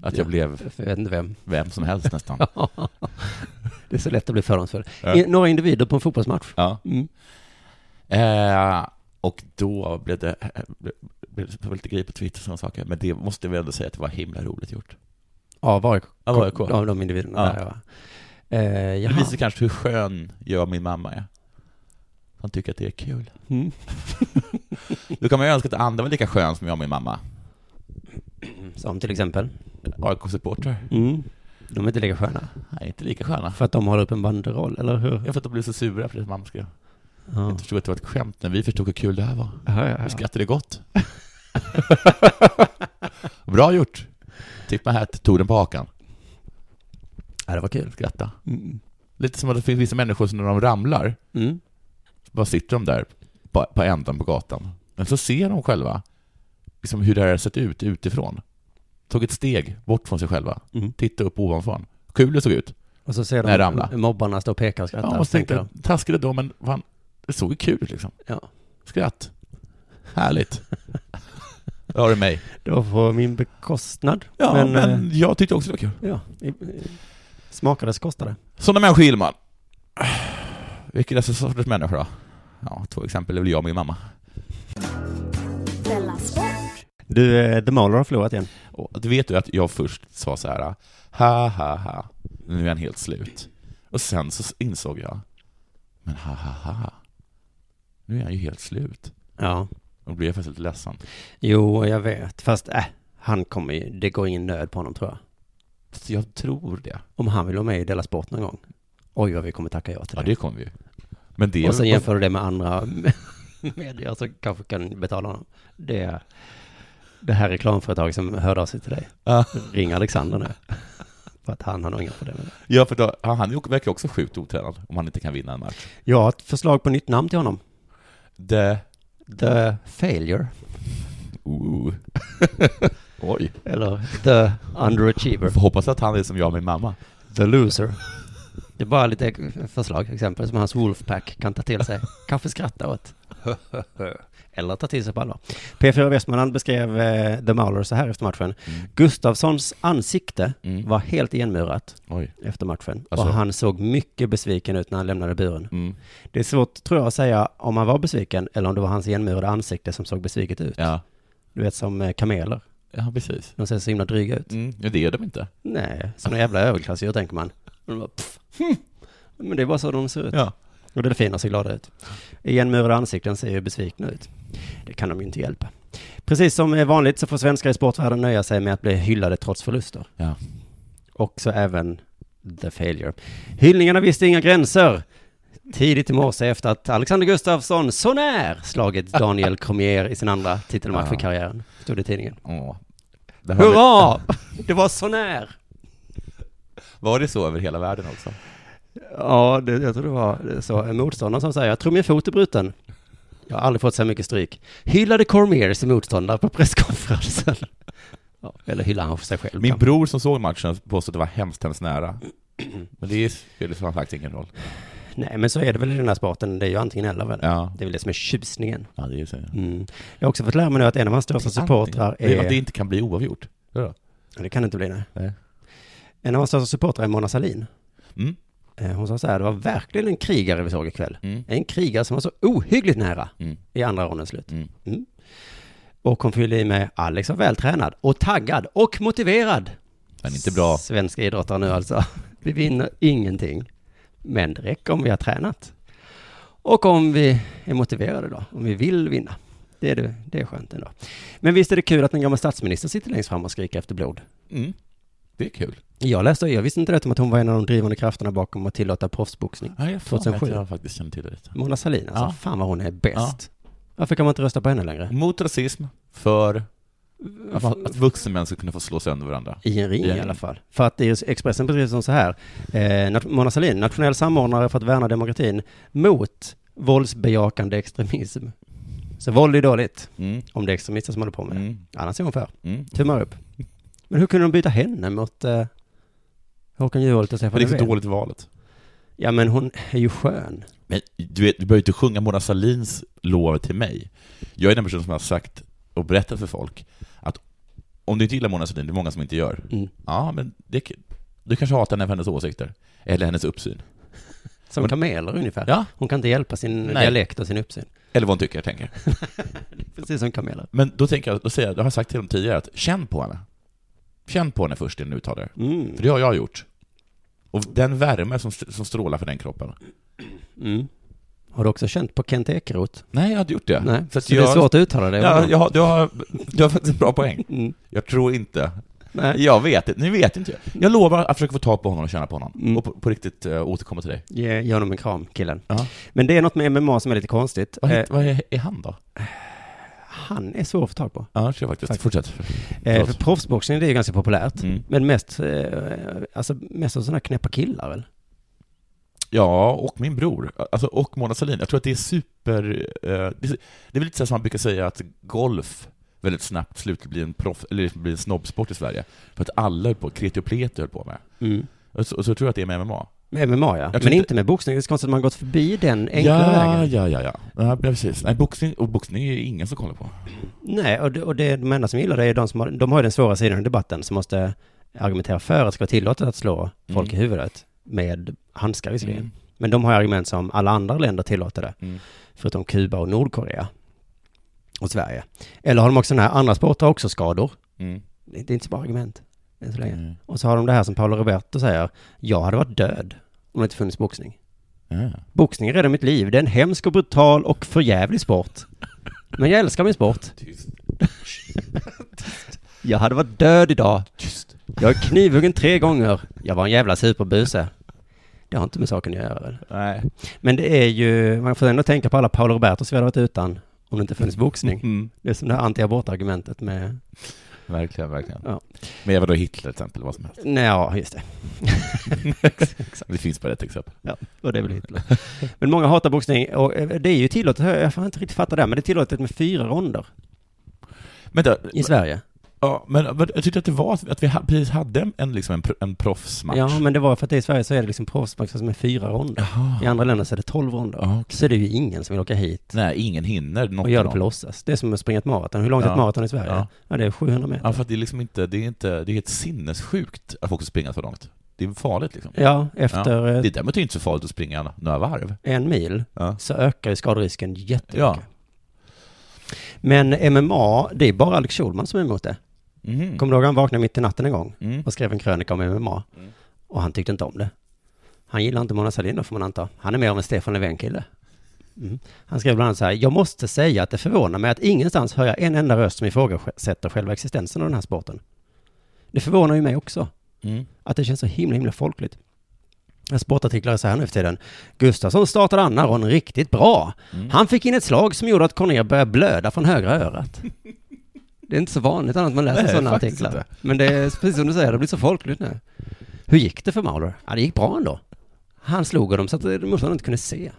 S3: att jag blev
S2: Jag vet inte vem.
S3: vem som helst nästan.
S2: det är så lätt att bli fördomsfull.
S3: Ja.
S2: I- Några individer på en fotbollsmatch.
S3: Ja.
S2: Mm.
S3: Eh, och då blev det, blev, blev det lite grejer på Twitter och sådana saker. Men det måste vi ändå säga att det var himla roligt gjort.
S2: Av AIK.
S3: Av AIK.
S2: Av de individerna
S3: Ja.
S2: där, ja. Eh,
S3: Det
S2: jaha.
S3: visar kanske hur skön jag och min mamma är. Hon tycker att det är kul.
S2: Mm.
S3: Då kan man ju önska att andra var lika skön som jag och min mamma.
S2: Som till exempel.
S3: AIK-supportrar.
S2: Mm. De är inte lika sköna.
S3: Nej, inte lika sköna.
S2: För att de håller upp en banderoll, eller hur?
S3: Jag för att de blev så sura för det som mamma skrev.
S2: Ja.
S3: Jag förstod att det var ett skämt när vi förstod hur kul det här var.
S2: Ja, ja,
S3: Vi
S2: ja.
S3: skrattade gott. Bra gjort! Tipp med hatt, tog den på hakan.
S2: ja, det var kul.
S3: Skratta.
S2: Mm.
S3: Lite som att det finns vissa människor som när de ramlar,
S2: Mm.
S3: bara sitter de där på, på ändan på gatan. Men så ser de själva liksom hur det här har sett ut utifrån. Tog ett steg bort från sig själva.
S2: Mm.
S3: Titta upp ovanifrån. Kul det såg ut.
S2: Och så ser de
S3: Nej, ramla.
S2: mobbarna stå och peka och skratta.
S3: Ja, och så
S2: tänker
S3: tänkte,
S2: de.
S3: taskade då, men fan, det såg ju kul ut liksom.
S2: Ja.
S3: Skratt. Härligt. Där har du mig.
S2: Det var på min bekostnad.
S3: Ja, men,
S2: men, eh,
S3: jag tyckte också det var kul.
S2: ja. i- i- Smakades kostade.
S3: Sådana människor gillar man. Vilka är dessa sorters människor då? Ja, två exempel är väl jag och min mamma.
S4: Della Sport!
S2: Du, eh, The Mauler har förlorat igen.
S3: Och du vet ju att jag först sa så här, ha ha ha, nu är han helt slut. Och sen så insåg jag, men ha ha ha, nu är han ju helt slut.
S2: Ja.
S3: Och då blev jag faktiskt lite ledsen.
S2: Jo, jag vet. Fast, äh, han kommer ju, det går ingen nöd på honom tror jag.
S3: Så jag tror det.
S2: Om han vill vara med i Della Sport någon gång. Oj, vad vi kommer tacka ja till
S3: Ja,
S2: det.
S3: det kommer vi ju. Men det...
S2: Och sen jämför du det med andra medier som kanske kan betala honom. Det, det här reklamföretaget som hörde av sig till dig.
S3: Ja.
S2: Ring Alexander nu. För att han har nog inga problem med det.
S3: Ja, för då, han han verkar också sjukt otränad om han inte kan vinna en match.
S2: Jag har ett förslag på nytt namn till honom.
S3: The...
S2: The Failure.
S3: Ooh. Oj.
S2: Eller The Underachiever.
S3: Jag får hoppas att han är som jag och min mamma.
S2: The Loser. Det är bara lite förslag, exempel som hans Wolfpack kan ta till sig. Kanske skratta åt. Eller ta till sig på allvar. P4 Västmanland beskrev eh, The Mauler så här efter matchen.
S3: Mm.
S2: Gustafssons ansikte
S3: Mm.
S2: var helt igenmurat
S3: Oj.
S2: efter matchen.
S3: Alltså-
S2: Och han såg mycket besviken ut när han lämnade buren.
S3: Mm.
S2: Det är svårt, tror jag, att säga om han var besviken eller om det var hans igenmurade ansikte som såg besviket ut.
S3: Ja.
S2: Du vet, som eh, kameler.
S3: ja, precis.
S2: De ser så himla dryga ut.
S3: Mm. Ja, det är de inte.
S2: Nej, sådana jävla överklassdjur tänker man. Och de bara, pff, hm. Men det är bara så de ser ut.
S3: Ja.
S2: Och delfiner ser glada ut. Igenmurade ansikten ser ju besvikna ut. Det kan de ju inte hjälpa. Precis som är vanligt så får svenskar i sportvärlden nöja sig med att bli hyllade trots förluster.
S3: Ja.
S2: Och så även the failure. Hyllningarna visste inga gränser. Tidigt i morse efter att Alexander Gustafsson så när slagit Daniel Cormier i sin andra titelmatch
S3: Ja.
S2: i karriären. Stod det i tidningen.
S3: Åh. Det har vi-
S2: Hurra! Det var så när!
S3: Var det så över hela världen alltså? också?
S2: Ja, det, jag tror det var så. En motståndare som säger, jag tror min fot är bruten. Jag har aldrig fått så mycket stryk. Hyllade Cormier som motståndare på presskonferensen. Ja, eller hyllade han för sig själv?
S3: Min
S2: kanske.
S3: bror som såg matchen påstod att det var hemskt, hemskt nära. Men det spelar som sagt ingen roll.
S2: Nej, men så är det väl i den här sporten. Det är ju antingen eller väl.
S3: Ja,
S2: Det är väl det som är tjusningen.
S3: ja det är ju så.
S2: Mm. Jag har också fått lära mig nu att en av hans största supportrar
S3: Det är
S2: är...
S3: Att det inte kan bli oavgjort. Ja.
S2: Ja, Det kan det inte bli, nej.
S3: Nej.
S2: En av hans största supportrar är Mona Sahlin.
S3: Mm.
S2: Eh, Hon sa så här, det var verkligen en krigare vi såg ikväll.
S3: Mm.
S2: En krigare som var så ohyggligt nära
S3: Mm.
S2: i andra rondens slut.
S3: Mm.
S2: Och hon fyllde i med, Alex var vältränad och taggad och motiverad.
S3: Men inte bra.
S2: Svenska idrottare nu alltså. Vi vinner ingenting. Men det räcker om vi har tränat. Och om vi är motiverade då, om vi vill vinna. Det är, det, det är skönt ändå. Men visst är det kul att en gammal statsminister sitter längst fram och skriker efter blod.
S3: Mm. Det är kul.
S2: Jag läste, jag visste inte det om att hon var en av de drivande krafterna bakom att tillåta proffsboxning.
S3: Ja, jag får
S2: 2007.
S3: att jag faktiskt känner till det lite.
S2: Mona Sahlin alltså,
S3: Ja.
S2: fan vad hon är bäst. Varför kan man inte rösta på henne längre?
S3: Mot rasism, för att, att vuxna män ska kunna få slå sönder varandra.
S2: I en ring
S3: I en
S2: i alla
S3: ring.
S2: fall. För att det är Expressen beskriver som så här. Eh, nat- Mona Sahlin, nationell samordnare för att värna demokratin mot våldsbejakande extremism. Så våld är dåligt,
S3: Mm.
S2: om det är extremister som håller på med det.
S3: Mm.
S2: Annars är hon för.
S3: Mm.
S2: Tummar upp. Men hur kunde de byta henne mot eh, Håkan Juholt och
S3: Men
S2: Stefan
S3: det är så
S2: Löfven?
S3: dåligt i valet.
S2: Ja men hon är ju skön.
S3: Men du vet, du behöver ju inte sjunga Mona Sahlins lov till mig. Jag är den person som har sagt och berättat för folk att om du inte gillar Mona Sahlin, det är många som inte gör,
S2: Mm.
S3: ja men det, du kanske hatar henne för hennes åsikter, eller hennes uppsyn.
S2: Som
S3: Hon-
S2: kameler ungefär.
S3: Ja,
S2: Hon kan inte hjälpa sin
S3: Nej.
S2: dialekt och sin uppsyn.
S3: eller vad hon tycker, tänker.
S2: Precis som kameler.
S3: Men då tänker jag, då säger jag, jag har sagt till dem tidigare att känn på henne. Känn på henne först innan du uttalar dig.
S2: Mm.
S3: För det har jag gjort. Och den värme som, som strålar för den kroppen.
S2: Mm. Har du också känt på Kent Ekeroth?
S3: Nej, jag har inte gjort det.
S2: Nej, så,
S3: att
S2: det är svårt att uttala det.
S3: Ja, jag har, du, har, du har faktiskt en bra poäng.
S2: Mm.
S3: Jag tror inte
S2: Nej.
S3: Jag vet inte, nu vet inte jag. Jag lovar att försöka få tag på honom och känna på honom.
S2: Mm.
S3: Och på, på riktigt uh, återkomma till dig.
S2: Ge, ge honom en kram, killen.
S3: Ja.
S2: Men det är något med MMA som är lite konstigt.
S3: Vad,
S2: Eh,
S3: het- vad är, är han då?
S2: han är svår att få tag på.
S3: Ja, det tror jag faktiskt. Fortsätt.
S2: Eh,
S3: Förlåt.
S2: för proffsboxning, det är ju ganska populärt.
S3: Mm.
S2: Men mest, eh, alltså mest av sådana knäppa killar väl?
S3: Ja, och min bror. Alltså, och Mona Sahlin. Jag tror att det är super... eh, det, är, det är väl lite så här som man brukar säga att golf väldigt snabbt slutar bli en, proff, eller bli en snobbsport i Sverige. För att alla höll på, kreti och pleti höll på med. Och så, och så tror jag att det är med MMA.
S2: Med MMA ja, men
S3: tror inte-
S2: inte med boxning. Det är så konstigt att man har gått förbi den enkla
S3: ja,
S2: vägen.
S3: ja, ja, ja, ja. precis. Nej, boxning, och boxning är ju ingen som kollar på.
S2: Nej, och, det, och det, de enda som gillar det är de som har, de har ju den svåra sidan i debatten som måste argumentera för att det ska vara tillåtet att slå folk i
S3: Mm.
S2: huvudet med handskar visserligen.
S3: Mm.
S2: Men de har ju argument som alla andra länder tillåter det,
S3: Mm.
S2: förutom Kuba och Nordkorea och Sverige. Eller har de också den här, andra sporter har också skador.
S3: Mm.
S2: Det det är inte så bra argument än så länge.
S3: Mm.
S2: Och så har de det här som Paolo Roberto säger, jag hade varit död om det inte funnits boxning.
S3: Ja.
S2: Boxning räddade mitt liv, det är en hemsk och brutal och förjävlig sport. Men jag älskar min sport.
S3: Tyst.
S2: Jag hade varit död idag. Jag är knivhuggen tre gånger. Jag var en jävla superbuse. Det har inte med saken att göra väl?
S3: Nej.
S2: Men det är ju, man får ändå tänka på alla Paolo Robertos vi hade varit utan om det inte funnits boxning.
S3: Mm.
S2: Det är som det här anti-abort-argumentet med,
S3: Verkligen, verkligen.
S2: Ja.
S3: Men jag då Hitler till exempel, vad som helst.
S2: nej, ja, just det.
S3: Det finns bara ett exempel.
S2: Ja, och det är väl Hitler. Men många hatar boxning och eh, det är ju tillåtet, jag har inte riktigt fattat det, här, men det är tillåtet med fyra ronder
S3: Vänta,
S2: i Sverige.
S3: ja, men vad- jag tyckte att det var att vi ha- precis hade en, en, liksom en, pr- en proffsmatch.
S2: Ja, men det var för att det i Sverige så är det liksom proffsmatcher som är fyra ronder.
S3: Jaha.
S2: I andra länder så är det tolv ronder.
S3: Ja, okej.
S2: Så är det ju ingen som vill åka hit
S3: Nej, ingen hinner något
S2: Och gör det
S3: av
S2: på
S3: dem.
S2: låtsas. Det är som att springa ett maraton. Hur långt är ett
S3: Ja.
S2: maraton i Sverige? Ja.
S3: Ja.
S2: det är 700 meter.
S3: Ja, för att det är liksom inte, det är inte, det är helt sinnessjukt att folk ska springa så långt. Det är farligt liksom.
S2: Ja, efter eh,
S3: Det är däremot inte så farligt att springa några varv.
S2: en mil
S3: Ja.
S2: så ökar ju skaderisken jättemycket.
S3: Ja.
S2: Men MMA, det är bara Alex Schulman som är emot det.
S3: Mhm.
S2: Kommer du ihåg han vaknade mitt i natten en gång
S3: Mm.
S2: och skrev en krönika om MMA? Och han tyckte inte om det. Han gillar inte Mona Sahlin då får man anta. Han är mer av en Stefan Löfven-kille. Mm. Han skrev bland annat så här, jag måste säga att det förvånar mig att ingenstans hör jag en enda röst som ifrågasätter själva existensen av den här sporten. Det förvånar ju mig också.
S3: Mm.
S2: att det känns så himla, himla folkligt. En sportartikel är så här nu för tiden. Gustafsson startade andra ronden riktigt bra.
S3: Mm.
S2: Han fick in ett slag som gjorde att Cornér började blöda från högra örat. Det är inte så vanligt annat man läser
S3: Nej,
S2: sådana
S3: faktiskt
S2: artiklar.
S3: inte.
S2: Men det är precis som du säger, det blir så folkligt nu. Hur gick det för Mauler? Ja, det gick bra ändå. Han slog dem så att morsan inte kunde se.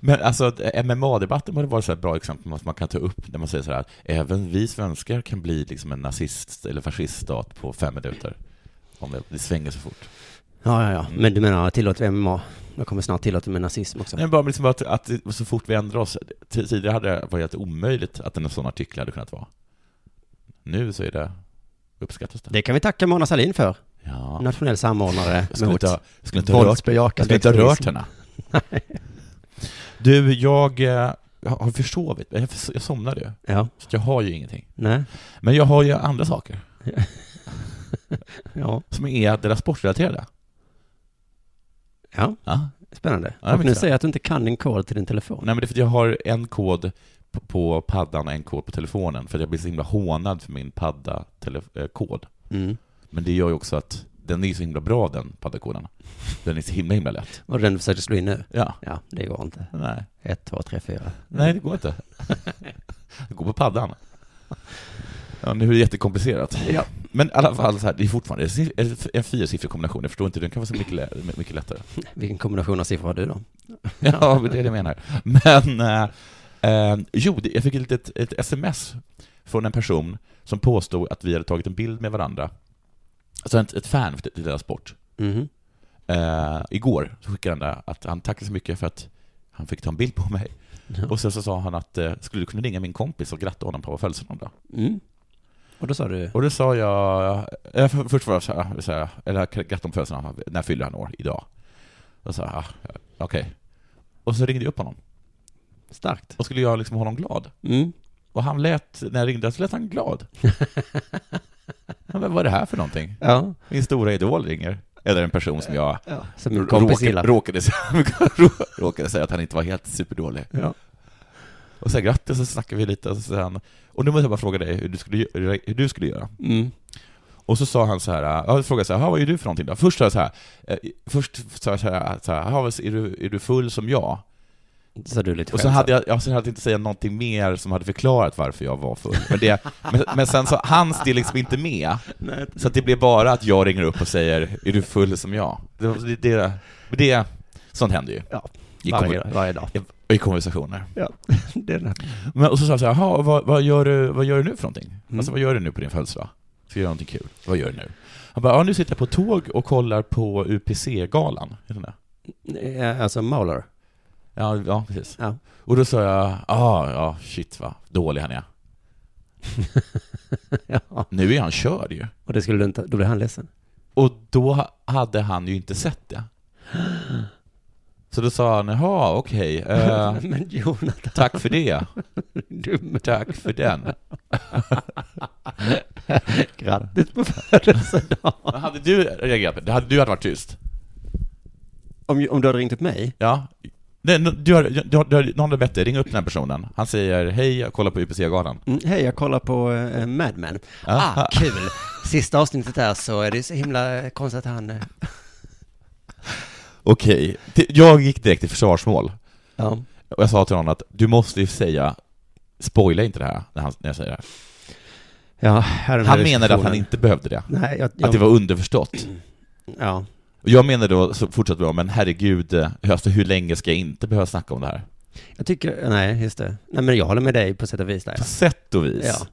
S3: Men alltså, att MMA-debatten borde vara så här ett bra exempel på att man kan ta upp när man säger så här, även vi svenskar kan bli liksom en nazist eller fasciststat på fem minuter. Om det, det svänger så fort.
S2: Ja, ja, ja. Men du menar tillåter vi MMA? Jag kommer snart tillåta med nazism också.
S3: Nej, bara liksom att, att det- så fort vi ändrar oss, t- tidigare hade det varit omöjligt att en sån artikel hade kunnat vara. Nu så är det, uppskattas det.
S2: Det kan vi tacka Mona Sahlin för.
S3: Ja.
S2: Nationell samordnare
S3: Jag skulle
S2: mot
S3: inte, ha- jag skulle inte ha rört Jag
S2: våldsbejakande
S3: skulle inte ha rört
S2: extremism.
S3: henne. Du, jag, eh, jag har försovit. Jag, förs- jag somnade ju.
S2: Ja,
S3: Så att jag har ju ingenting.
S2: nej,
S3: Men jag har ju andra saker
S2: ja,
S3: som är deras sportrelaterade.
S2: ja,
S3: Ja.
S2: spännande.
S3: Ja, det
S2: och
S3: blir
S2: nu
S3: kul.
S2: säger jag att du inte kan din kod till din telefon.
S3: Nej, men det är för att jag har en kod p- på paddan och en kod på telefonen. För att jag blir så himla hånad för min padda-kod.
S2: Mm.
S3: Men det gör ju också att den är så himla bra den paddakoden. Den är så himla himla lätt.
S2: Och den du försökte slå in nu?
S3: Ja.
S2: Ja, det går inte.
S3: Nej.
S2: Ett, två, tre, fyra.
S3: Nej, det går inte. Det går på paddan. Ja, nu är det jättekomplicerat.
S2: Ja.
S3: Men i alla fall, så här, det är fortfarande en fyrsiffrig kombination. Jag förstår inte, den kan vara så mycket, lä- mycket lättare.
S2: Vilken kombination av siffror har du då?
S3: Ja, men det är det jag menar. Men, eh, eh, jo, det- jag fick ett litet ett sms från en person som påstod att vi hade tagit en bild med varandra. Alltså ett, ett fan till till deras sport.
S2: Mhm.
S3: Eh, igår så skickade han det, att han tackade så mycket för att han fick ta en bild på mig.
S2: Ja.
S3: Och sen så sa han att, eh, skulle du kunna ringa min kompis och gratta honom på födelsedagen då?
S2: Mm. Och då sa du?
S3: Och då sa jag, eh, för- först var jag så här, så här eller gratta om födelsedagen, han- när fyller han år? Idag. Och så, ah, okej. Och så ringde jag upp honom
S2: Starkt.
S3: och skulle göra liksom honom glad.
S2: Mm.
S3: Och han lät, när jag ringde så lät han glad. Han bara, vad är det här för någonting?
S2: Ja.
S3: Min stora idol ringer. Eller en person som jag
S2: ja. Som min kompis
S3: råkade,
S2: gillar.
S3: råkade, säga- råkade säga att han inte var helt superdålig.
S2: Ja.
S3: Och så här, grattis, och så snackade vi lite, och så sen, och nu måste jag bara fråga dig hur du skulle, gö- hur du skulle göra.
S2: Mm.
S3: Och så sa han så här, ja, jag frågade så här, "Ja, vad är du för någonting då? Först sa jag så här, eh, först sa jag så här, så här "Ja, är, du, är du full som jag?
S2: Sa du lite
S3: Och sen
S2: skämtsamt.
S3: hade jag, jag sen hade jag inte säga någonting mer som hade förklarat varför jag var full. Men, det, men, men sen så, han steg liksom inte med.
S2: Nej.
S3: Så att det blev bara att jag ringer upp och säger, är du full som jag? Det, var- det, det, men det sånt händer ju.
S2: Ja.
S3: I,
S2: Varje,
S3: konver-
S2: varje dag.
S3: i konversationer.
S2: Ja. Det är den här.
S3: Men, och så sa jag så här, "Jaha, vad, vad, gör du, vad gör du nu för någonting?
S2: Mm.
S3: Alltså vad gör du nu på din födelsedag? Ska jag göra någonting kul? Vad gör du nu? Han bara, ja nu sitter jag på tåg och kollar på UPC-galan. Heter den det?
S2: Eh, Alltså Mauler.
S3: Ja, ja precis.
S2: Ja.
S3: Och då sa jag, ah, ja, shit vad dålig han är.
S2: ja.
S3: Nu är han körd ju.
S2: Och det skulle du inte, då blir han ledsen.
S3: Och då ha- hade han ju inte sett det. Så då sa han, jaha, okej, eh,
S2: Men Jonathan,
S3: tack för det,
S2: dum.
S3: tack för den.
S2: Grattis på födelsedagen.
S3: Men hade du reagerat på det? Hade du hade varit tyst?
S2: Om, om du hade ringt upp mig?
S3: Ja. Nej, n- du har, du har, du har, någon hade bett dig ringa upp den här personen. Han säger, hej, jag kollar på UPC-galan.
S2: Mm, hej, jag kollar på eh, Mad Men.
S3: Ah.
S2: Ah, kul. Sista avsnittet där så är det så himla konstigt att han... eh,
S3: Okej, Det- jag gick direkt till försvarsmål.
S2: Ja.
S3: Och jag sa till honom att du måste ju säga, spoila inte det här när, han, när jag säger det.
S2: Ja, här är den
S3: här. Han
S2: här
S3: menade att han
S2: diskussionen.
S3: inte behövde det.
S2: Nej, jag... jag
S3: Att det var underförstått.
S2: Ja.
S3: Och jag menar då, så fortsatte vi om, men herregud, eh, alltså, hur länge ska jag inte behöva snacka om det här?
S2: Jag tycker... Nej, just det. Nej, men jag håller med dig på sätt och vis där.
S3: På sätt och vis.
S2: Ja.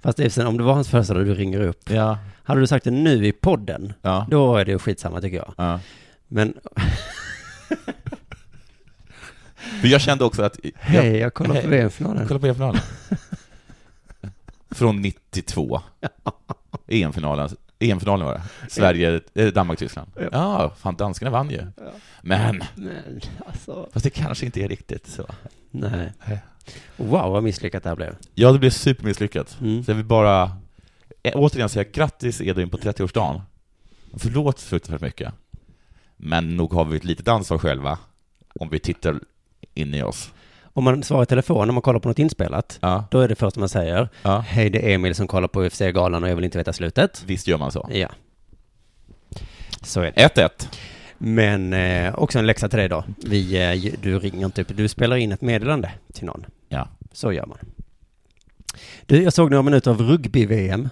S2: Fast det är sen, om det var hans födelsedag du ringer upp.
S3: Ja.
S2: Hade du sagt det nu i podden,
S3: Ja.
S2: då är det skitsamma tycker jag.
S3: ja.
S2: Men
S3: För jag kände också att...
S2: hej, jag kollar
S3: hej.
S2: på VM-finalen.
S3: Jag, kolla på EM-finalen. Från E 92. EM-finalen. EM-finalen var det. Sverige, eh, Danmark, Tyskland. Ja, fan danskarna vann ju. Men,
S2: Men alltså...
S3: fast det kanske inte är riktigt så.
S2: Nej.
S3: Nej.
S2: Wow, vad misslyckat det här blev.
S3: Ja, det blev supermisslyckat.
S2: Mm.
S3: Så jag vill bara eh, återigen säga grattis Edvin på 30-årsdagen. Förlåt fruktansvärt mycket. Men nog har vi ett litet ansvar själva, om vi tittar in i oss.
S2: Om man svarar i telefon när man kollar på något inspelat,
S3: Ja,
S2: då är det första man säger,
S3: ja.
S2: hej det är Emil som kollar på UFC-galan och jag vill inte veta slutet.
S3: Visst gör man så.
S2: Ja. Så är det.
S3: 1-1.
S2: Men eh, också en läxa till dig då. Vi, eh, ju- du ringer inte upp, du spelar in ett meddelande till någon.
S3: Ja.
S2: Så gör man. Du, jag såg några minuter av rugby-VM.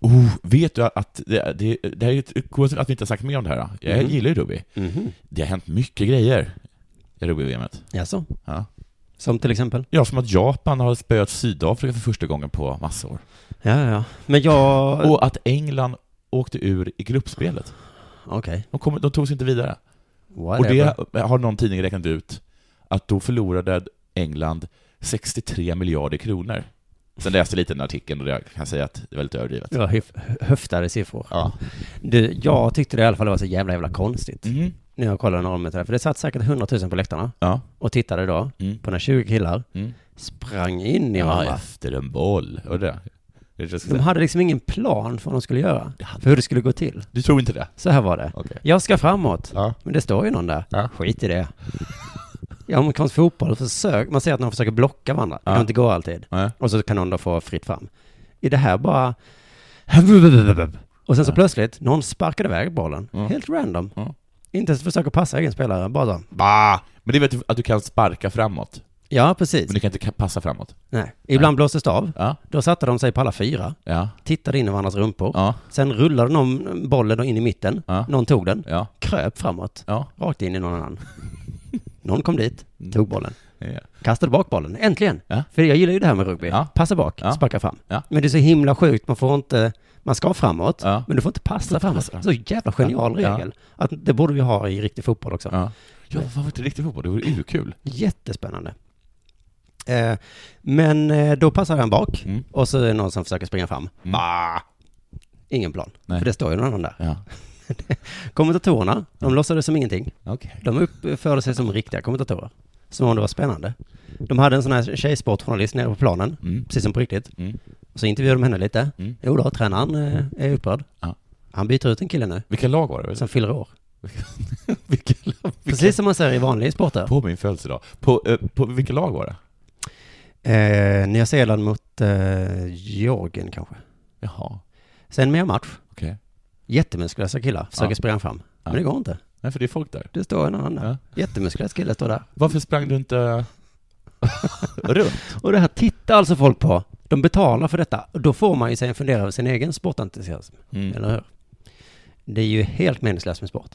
S3: Oh, vet du att det, det, det här är ett- konstigt att vi inte har sagt mer om det här. då. Jag
S2: Mhm.
S3: gillar ju rugby.
S2: Mhm.
S3: Det har hänt mycket grejer i rugby-VM. et.
S2: Jaså?
S3: Ja.
S2: Som till exempel?
S3: ja, som att Japan har spöat Sydafrika för första gången på massor.
S2: Ja, ja, ja. Men jag...
S3: Och att England åkte ur i gruppspelet.
S2: Okej.
S3: De, kom, de tog sig inte vidare. Och
S2: Whatever.
S3: det har någon tidning räknat ut, att då förlorade England 63 miljarder kronor. Sen läste jag lite den artikeln och jag kan säga att det var lite överdrivet.
S2: Det var hyf- höftade siffror.
S3: Ja.
S2: Du, jag tyckte det i alla fall var så jävla, jävla konstigt.
S3: Mhm.
S2: När jag kollade några minuter där. För det satt säkert 100 000 på läktarna
S3: Ja.
S2: och tittade då
S3: Mm.
S2: på när 20 killar
S3: Mm.
S2: sprang in i
S3: ja,
S2: varandra.
S3: efter en boll. Och det. Det är just-
S2: De hade liksom ingen plan för vad de skulle göra.
S3: Det hade-
S2: För hur det skulle gå till.
S3: Du tror inte det?
S2: Så här var det.
S3: Okej.
S2: Jag ska framåt.
S3: Ja.
S2: Men det står ju någon där.
S3: Ja.
S2: Skit i det. I amerikansk fotboll, försök, man ser att någon försöker blocka varandra. Det kan
S3: Ja.
S2: inte gå alltid.
S3: Nej.
S2: Och så kan någon då få fritt fram. I det här bara... Och sen så
S3: Ja.
S2: plötsligt, någon sparkade iväg bollen.
S3: Ja.
S2: Helt random.
S3: Ja.
S2: Inte ens försöka passa egen spelare, bara då.
S3: Bah! Men det vet du att du kan sparka framåt,
S2: Ja, precis.
S3: men du kan inte ka- passa framåt.
S2: Nej. Ibland blåstes det av.
S3: Ja.
S2: Då satte de sig på alla fyra,
S3: Ja.
S2: tittade in i varandras rumpor.
S3: Ja.
S2: Sen rullade någon bollen då in i mitten.
S3: Ja.
S2: Någon tog den,
S3: Ja.
S2: kröp framåt,
S3: Ja.
S2: rakt in i någon annan. någon kom dit,
S3: Mm.
S2: tog bollen.
S3: Ja.
S2: Kastade bak bollen, äntligen!
S3: Ja.
S2: För jag gillar ju det här med rugby.
S3: Ja.
S2: Passa bak,
S3: Ja.
S2: sparka fram.
S3: Ja.
S2: Men det är så himla sjukt, man får inte, man ska framåt,
S3: Ja.
S2: men du får inte passa framåt.
S3: passa.
S2: Så jävla genial
S3: Ja.
S2: regel. Att det borde vi ha i riktig fotboll också.
S3: Ja. Ja, varför inte riktig fotboll? Det vore urkul.
S2: Jättespännande. Eh, men eh, då passar han bak
S3: Mm.
S2: och så är det någon som försöker springa fram.
S3: Mm.
S2: Bah! Ingen plan,
S3: Nej.
S2: för det står ju någon annan där.
S3: Ja.
S2: Kommentatorerna, de låtsades som ingenting.
S3: Okej.
S2: De uppförde sig som riktiga kommentatorer. Som om det var spännande. De hade en sån här tjejsportjournalist nere på planen,
S3: Mm.
S2: precis som på riktigt.
S3: Mm.
S2: Så intervjuade de henne lite.
S3: Mm.
S2: Jo då, tränaren eh, är upprörd.
S3: Ja.
S2: Han byter ut en kille nu,
S3: Vilka lag var det?
S2: som fyller år.
S3: Vilka,
S2: Precis som man säger i vanliga sporter.
S3: På min födelsedag. På, eh, på vilka lag var det?
S2: Eh, Nya Zeeland mot eh, Georgien kanske.
S3: Jaha,
S2: Sen mer match.
S3: okej.
S2: Jättemuskulösa killar försöker
S3: Ja.
S2: springa fram. Men
S3: Ja.
S2: det går inte.
S3: Nej, för det är folk där.
S2: Det står en annan där.
S3: Ja.
S2: Jättemuskulös kille står där.
S3: Varför sprang du inte runt?
S2: Och det här tittar alltså folk på. De betalar för detta. Och då får man ju sig en fundera över sin egen sportentusiasm.
S3: Mm.
S2: Eller hur? Det är ju helt meningslöst med sport.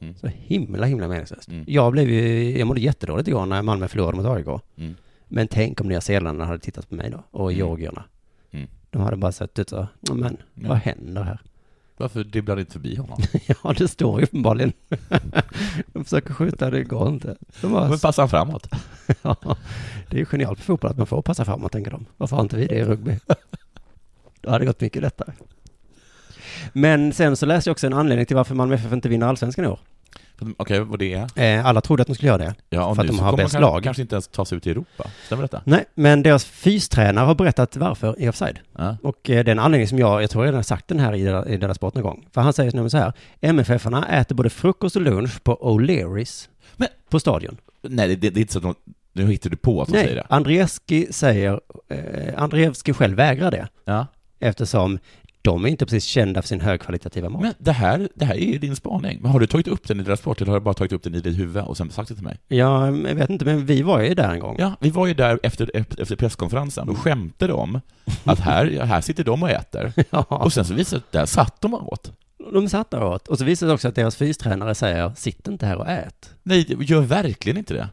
S3: Mm.
S2: Så himla, himla meningslöst.
S3: Mm.
S2: Jag blev ju, jag mådde jättedåligt igår när Malmö förlorade mot AIK.
S3: Mm.
S2: Men tänk om Nya Zeeland hade tittat på mig då, och
S3: Mm.
S2: georgierna.
S3: Mm.
S2: De hade bara sett ut så, "Ja, men
S3: Ja.
S2: vad händer här?
S3: Mm. Varför dribblade du inte förbi honom?
S2: ja, det står ju uppenbarligen. de försöker skjuta, det går inte. De bara,
S3: Men passade han framåt?
S2: ja, det är ju genialt på fotboll att man får passa framåt, tänker de. Varför har inte vi det i rugby? Då hade det gått mycket lättare. Men sen så läste jag också en anledning till varför Malmö FF inte vinner allsvenskan i år.
S3: Okej, vad det är?
S2: Eh, alla trodde att de skulle göra det.
S3: Ja, och
S2: För att
S3: nu
S2: de
S3: så
S2: har
S3: kommer
S2: bäst
S3: man
S2: lag.
S3: kanske inte ens ta sig ut i Europa. Stämmer detta?
S2: Nej, men deras fystränare har berättat varför i offside.
S3: Ja.
S2: Och eh, den anledningen som jag, jag tror jag redan har sagt den här i Della- i Della Sport någon gång. För han säger nämligen så här, MFF-arna äter både frukost och lunch på O'Learys
S3: Men-
S2: på stadion.
S3: Nej, det, det, det är inte så att de, nu hittar du på att de säger
S2: Nej,
S3: det.
S2: Andreevski säger, eh, Andreevski själv vägrar det.
S3: Ja.
S2: Eftersom de är inte precis kända för sin högkvalitativa mat.
S3: Men det här, det här är ju din spaning. Men har du tagit upp den i deras sport eller har du bara tagit upp den i ditt huvud och sen sagt det till mig?
S2: Ja, jag vet inte, men vi var ju där en gång.
S3: Ja, vi var ju där efter, efter presskonferensen och skämtade om att här, här sitter de och äter.
S2: Ja.
S3: Och sen så visade det sig att där satt de och åt.
S2: De satt där åt. Och så visade det också att deras fystränare säger, sitt inte här och ät.
S3: Nej, det gör verkligen inte det.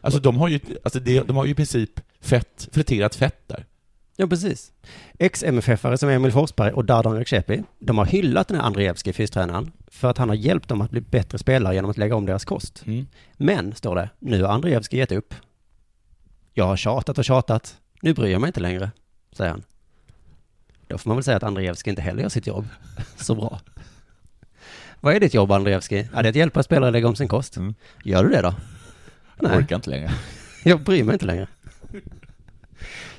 S3: Alltså de har ju, alltså det, de har ju i princip fett, friterat fett där.
S2: Ja, precis. Ex-MFF-are som Emil Forsberg och Dardan Rekshepi, de har hyllat den här Andreevski, fystränaren, för att han har hjälpt dem att bli bättre spelare genom att lägga om deras kost.
S3: Mm.
S2: Men, står det, nu har Andreevski gett upp. Jag har tjatat och tjatat. Nu bryr jag mig inte längre, säger han. Då får man väl säga att Andreevski inte heller gör sitt jobb så bra. Vad är ditt jobb, Andreevski? Ja, det är att hjälpa spelare att lägga om sin kost.
S3: Mm.
S2: Gör du det då?
S3: Jag orkar inte längre.
S2: Jag bryr mig inte längre.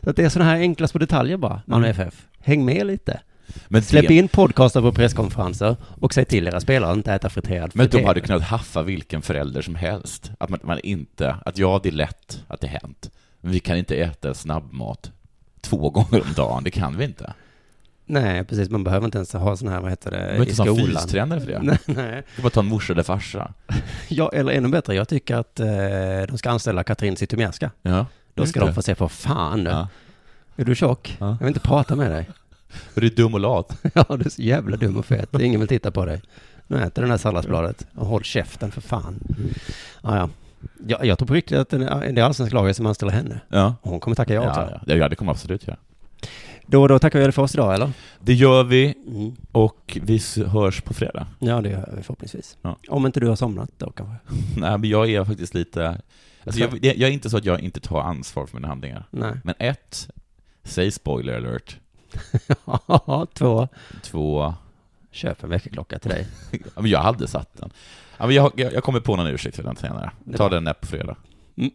S2: Så att det är sådana här enkla små detaljer bara, Malmö
S3: Mm.
S2: FF. Häng med lite.
S3: Men,
S2: Släpp
S3: det,
S2: in podcaster på presskonferenser och säg till era spelare att inte äta friterad
S3: men de
S2: friterad.
S3: hade kunnat haffa vilken förälder som helst. Att man, man inte, att ja, det är lätt att det hänt. Men vi kan inte äta snabbmat två gånger om dagen, det kan vi inte.
S2: Nej, precis. Man behöver inte ens ha sån här, vad heter
S3: Vi
S2: det, i
S3: behöver inte ta en
S2: skolan.
S3: fystränare för det. Vi
S2: Nej, nej.
S3: kan bara ta en morsa eller farsa.
S2: Ja, eller ännu bättre, jag tycker att eh, de ska anställa Katrin Zytomierska.
S3: Ja.
S2: Då ska de få se på fan nu.
S3: Ja.
S2: Är du tjock?
S3: Ja.
S2: Jag vill inte prata med dig.
S3: För du är dum och lat.
S2: Ja, du är så jävla dum och fet. Ingen vill titta på dig. Nu äter den här salladsbladet. Och håll käften för fan. Ja, ja. Jag, jag tror på riktigt att den- det är allsvensk laget som anställer henne.
S3: Ja.
S2: Och Hon kommer tacka ja, ja,
S3: Ja, ja. ja, det kommer jag absolut göra.
S2: Då och då tackar vi väl för oss idag, eller?
S3: Det gör vi och vi s- hörs på fredag.
S2: Ja, det gör vi förhoppningsvis.
S3: Ja.
S2: Om inte du har somnat då kanske.
S3: Nej, men jag är faktiskt lite... Alltså jag, det- jag är inte så att jag inte tar ansvar för mina handlingar.
S2: Nej.
S3: Men ett, säg spoiler alert.
S2: Två,
S3: Två,
S2: köp en väckarklocka till dig.
S3: ja, men jag hade satt den. Ja, men jag, jag, jag kommer på någon ursäkt för den senare. Ta den där på fredag.
S2: Mm.